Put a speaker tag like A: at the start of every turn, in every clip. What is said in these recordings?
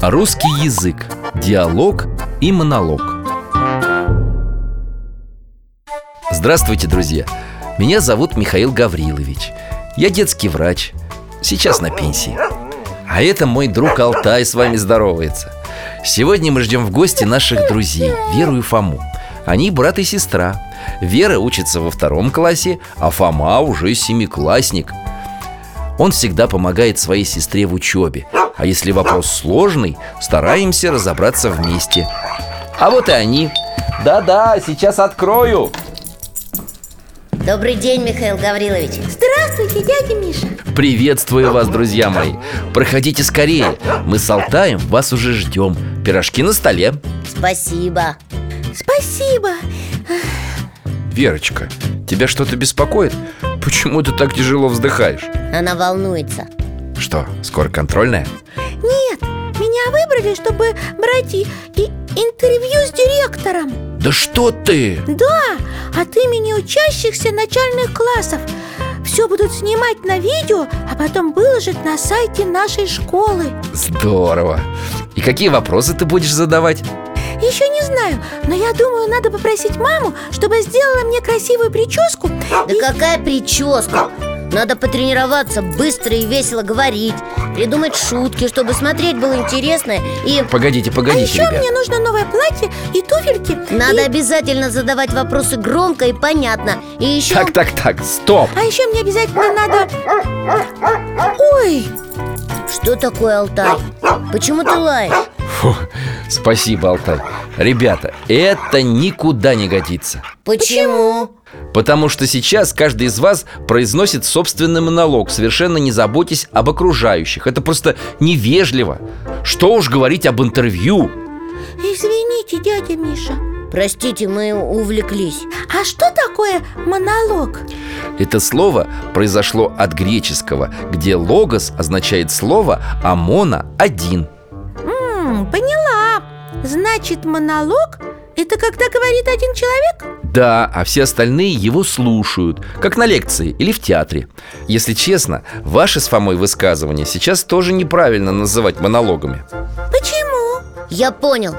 A: Русский язык. Диалог и монолог. Здравствуйте, друзья. Меня зовут Михаил Гаврилович. Я детский врач. Сейчас на пенсии. А это мой друг Алтай с вами здоровается. Сегодня мы ждем в гости наших друзей Веру и Фому. Они брат и сестра. Вера учится во втором классе, а Фома уже семиклассник. Он всегда помогает своей сестре в учебе. А если вопрос сложный, стараемся разобраться вместе. А вот и они. Да-да, сейчас открою.
B: Добрый день, Михаил Гаврилович
C: Здравствуйте, дядя Миша
A: Приветствую вас, друзья мои. Проходите скорее. Мы с Алтаем вас уже ждем. Пирожки на столе.
B: Спасибо
C: Спасибо
A: Верочка, тебя что-то беспокоит? Почему ты так тяжело вздыхаешь?
B: Она волнуется
A: Что, скоро контрольная?
C: Нет, меня выбрали, чтобы брать и, и интервью с директором
A: Да что ты?
C: Да, от имени учащихся начальных классов Все будут снимать на видео, а потом выложат на сайте нашей школы
A: Здорово. И какие вопросы ты будешь задавать?
C: Еще не знаю, но я думаю, надо попросить маму, чтобы сделала мне красивую прическу
B: Да какая прическа Надо потренироваться быстро и весело говорить Придумать шутки, чтобы смотреть было интересно И
A: Погодите,
C: А
A: погодите,
C: еще
A: ребят.
C: мне нужно новое платье и туфельки
B: надо
C: и-
B: обязательно задавать вопросы громко и понятно И еще...
A: Так, так, так, стоп.
C: А еще мне обязательно надо... Ой,
B: Что такое Алтай? Почему ты лаешь?
A: Фу, спасибо, Алтай. Ребята, это никуда не годится.
B: Почему?
A: Потому что сейчас каждый из вас произносит собственный монолог, совершенно не заботясь об окружающих. Это просто невежливо. Что уж говорить об интервью?
C: извините, дядя Миша
B: Простите, мы увлеклись
C: А что такое монолог?
A: Это слово произошло от греческого, где логос означает слово, а моно – один.
C: М, поняла Значит, монолог – это когда говорит один человек?
A: Да, а все остальные его слушают, как на лекции или в театре. Если честно, ваши с Фомой высказывания сейчас тоже неправильно называть монологами.
C: Почему?
B: Я понял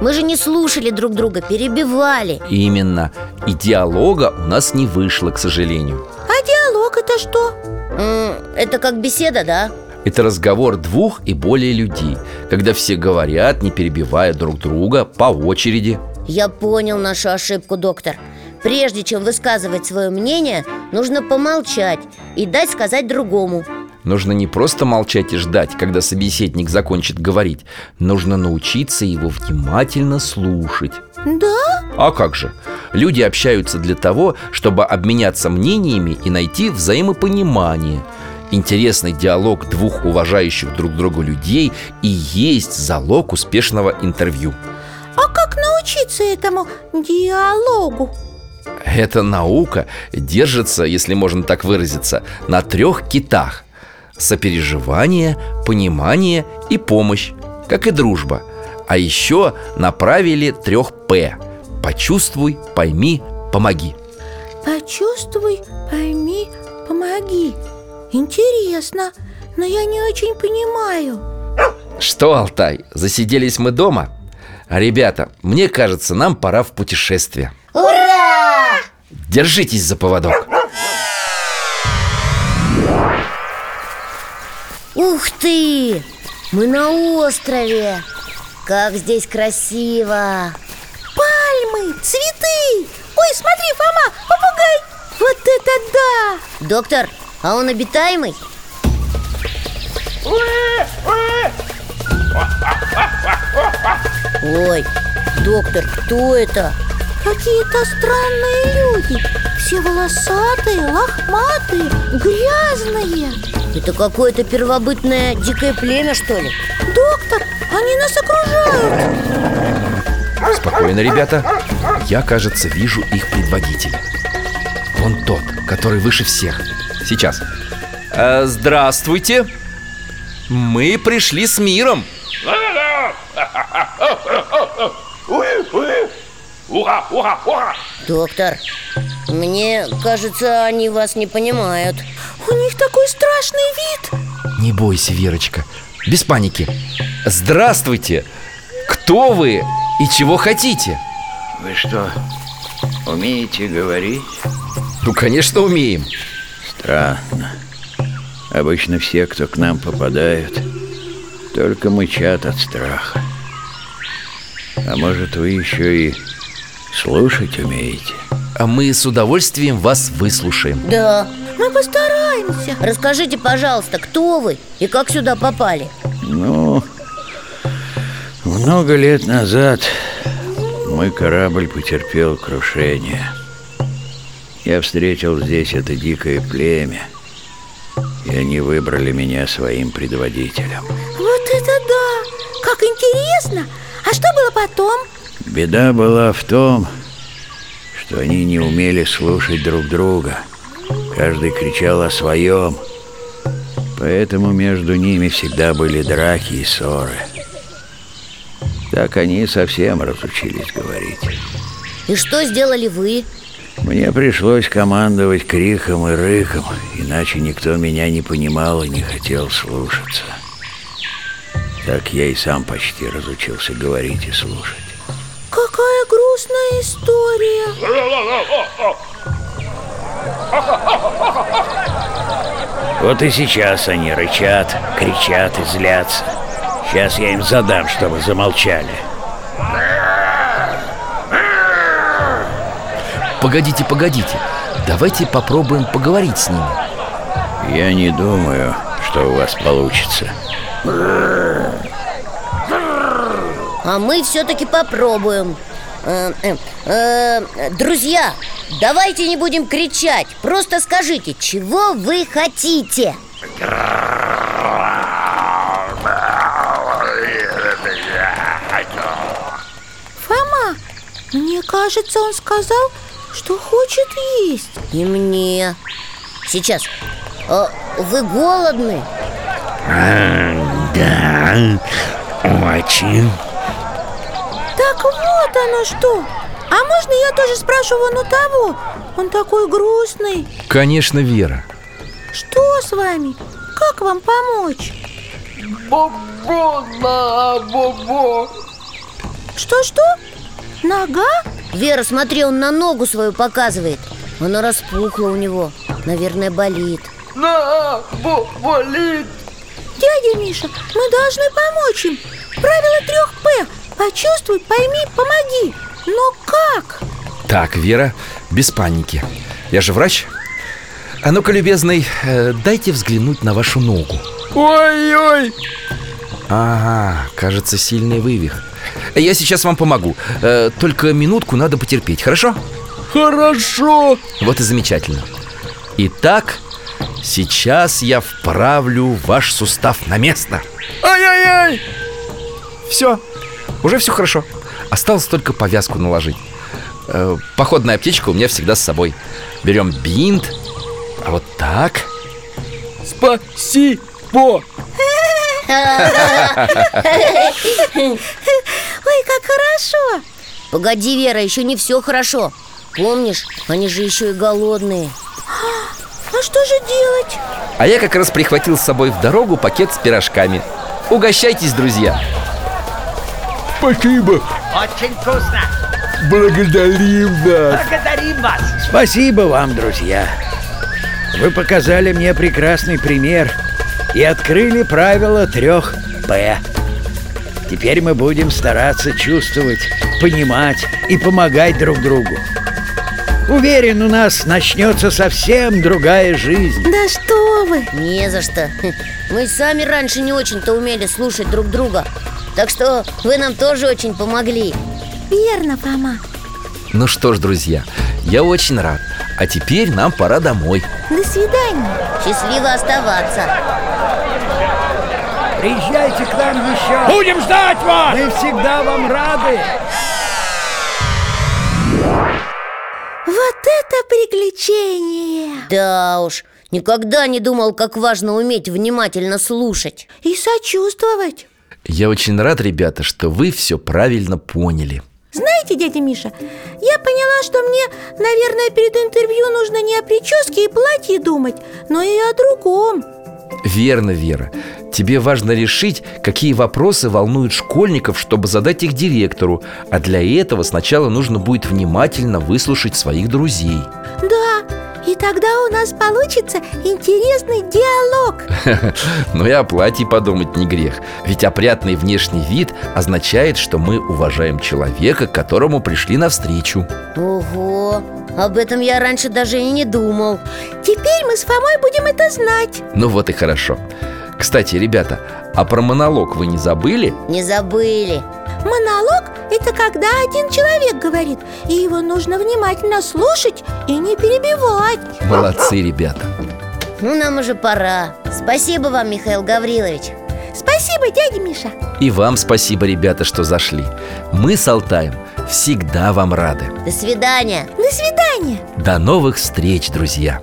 B: Мы же не слушали друг друга, перебивали
A: Именно. И диалога у нас не вышло, к сожалению.
C: А диалог – это что?
B: М, Это как беседа, да?
A: Это разговор двух и более людей, когда все говорят, не перебивая друг друга, по очереди.
B: Я понял нашу ошибку, доктор Прежде чем высказывать свое мнение, нужно помолчать и дать сказать другому
A: Нужно не просто молчать и ждать, когда собеседник закончит говорить. Нужно научиться его внимательно слушать.
C: Да?
A: А как же? Люди общаются для того, чтобы обменяться мнениями и найти взаимопонимание. Интересный диалог двух уважающих друг друга людей и есть залог успешного интервью.
C: А как научиться этому диалогу?
A: Эта наука держится, если можно так выразиться, на трех китах. Сопереживание, понимание и помощь, как и дружба. А еще направили трех «П» – «Почувствуй», «Пойми», «Помоги».
C: Почувствуй, пойми, помоги Интересно, но я не очень понимаю
A: Что, Алтай, засиделись мы дома? Ребята, мне кажется, нам пора в путешествие.
B: Ура!
A: Держитесь за поводок.
B: Ух ты! Мы на острове Как здесь красиво
C: Пальмы, цветы Ой, смотри, Фома, попугай Вот это да!
B: Доктор, а он обитаемый? Ой, доктор, кто это?
C: Какие-то странные люди Все волосатые, лохматые, грязные
B: Это какое-то первобытное дикое племя, что ли?
C: Доктор, они нас окружают
A: Спокойно, ребята Я, кажется, вижу их предводителя Он тот, который выше всех Сейчас Э, Здравствуйте Мы пришли с миром
B: Доктор, мне кажется, они вас не понимают
C: У них такой страшный вид
A: Не бойся, Верочка Без паники Здравствуйте Кто вы и чего хотите?
D: Вы что, умеете говорить?
A: Ну, конечно, умеем
D: Странно. Обычно все, кто к нам попадают, только мычат от страха. А может, вы еще и слушать умеете?
A: А мы с удовольствием вас выслушаем
B: Да,
C: Мы постараемся
B: расскажите, пожалуйста, кто вы и как сюда попали?
D: Ну, много лет назад мой корабль потерпел крушение. Я встретил здесь это дикое племя, и они выбрали меня своим предводителем.
C: Вот это да! Как интересно! А что было потом?
D: Беда была в том, что они не умели слушать друг друга. Каждый кричал о своем. Поэтому между ними всегда были драки и ссоры. Так они совсем разучились говорить.
B: И что сделали вы?
D: Мне пришлось командовать криком и рыком, иначе никто меня не понимал и не хотел слушаться. Так я и сам почти разучился говорить и слушать.
C: Какая грустная история
D: Вот и сейчас они рычат, кричат и злятся. Сейчас я им задам, чтобы замолчали.
A: Погодите, погодите Давайте попробуем поговорить с ними
D: Я не думаю, что у вас получится.
B: А мы все-таки попробуем Э, э, э, Друзья, давайте не будем кричать Просто скажите, чего вы хотите?
C: Фома, мне кажется, он сказал, что хочет есть
B: И мне Сейчас Э, Вы голодны?
D: Да, очень.
C: Так вот оно что А можно я тоже спрошу вон у того? Он такой грустный
A: Конечно, Вера
C: Что с вами? Как вам помочь? Что-что? Нога?
B: Вера, смотри, он на ногу свою показывает Она распухла у него Наверное, болит
C: Дядя Миша, мы должны помочь им Правило трех П Почувствуй, пойми, помоги Но как?
A: Так, Вера, без паники Я же врач А ну-ка, любезный, э, дайте взглянуть на вашу ногу Ой-ой Ага, кажется, сильный вывих Я сейчас вам помогу Э, Только минутку надо потерпеть, хорошо? Хорошо Вот и замечательно Итак, сейчас я вправлю ваш сустав на место Ай-яй-яй Все, уже все хорошо Осталось только повязку наложить Э, Походная аптечка у меня всегда с собой Берем бинт А вот так Спасибо
C: Ой, как хорошо
B: Погоди, Вера, еще не все хорошо Помнишь, они же еще и голодные
C: А что же делать?
A: А я как раз прихватил с собой в дорогу пакет с пирожками Угощайтесь, друзья Спасибо
E: Очень вкусно.
A: Благодарим вас
E: Благодарим вас.
D: Спасибо вам, друзья. Вы показали мне прекрасный пример и открыли правило трех П. Теперь мы будем стараться чувствовать, понимать и помогать друг другу. Уверен, у нас начнется совсем другая жизнь.
C: Да что вы!
B: Не за что Мы сами раньше не очень-то умели слушать друг друга Так что вы нам тоже очень помогли
C: Верно, Фома
A: Ну что ж, друзья, я очень рад. А теперь нам пора домой.
C: До свидания.
B: Счастливо оставаться.
D: Приезжайте к нам еще.
E: Будем ждать вас!
D: Мы всегда вам рады.
C: Вот это приключение!
B: Да уж, никогда не думал, как важно уметь внимательно слушать
C: И сочувствовать.
A: Я очень рад, ребята, что вы все правильно поняли.
C: Знаете, дядя Миша, я поняла, что мне, наверное, перед интервью нужно не о прическе и платье думать, но и о другом.
A: Верно, Вера. Тебе важно решить, какие вопросы волнуют школьников, чтобы задать их директору. А для этого сначала нужно будет внимательно выслушать своих друзей.
C: Да, и тогда у нас получится интересный диалог.
A: Но Ну и о платье подумать не грех. Ведь опрятный внешний вид означает, что мы уважаем человека, которому пришли навстречу.
B: Ого, об этом я раньше даже и не думал
C: Теперь мы с Фомой будем это знать.
A: Ну вот и хорошо. Кстати, ребята, а про монолог вы не забыли?
B: Не забыли
C: Монолог – это когда один человек говорит, и его нужно внимательно слушать и не перебивать.
A: Молодцы, ребята.
B: Ну, нам уже пора Спасибо вам, Михаил Гаврилович
C: Спасибо, дядя Миша.
A: И вам спасибо, ребята, что зашли. Мы с Алтаем всегда вам рады.
B: До свидания
C: До свидания.
A: До новых встреч, друзья!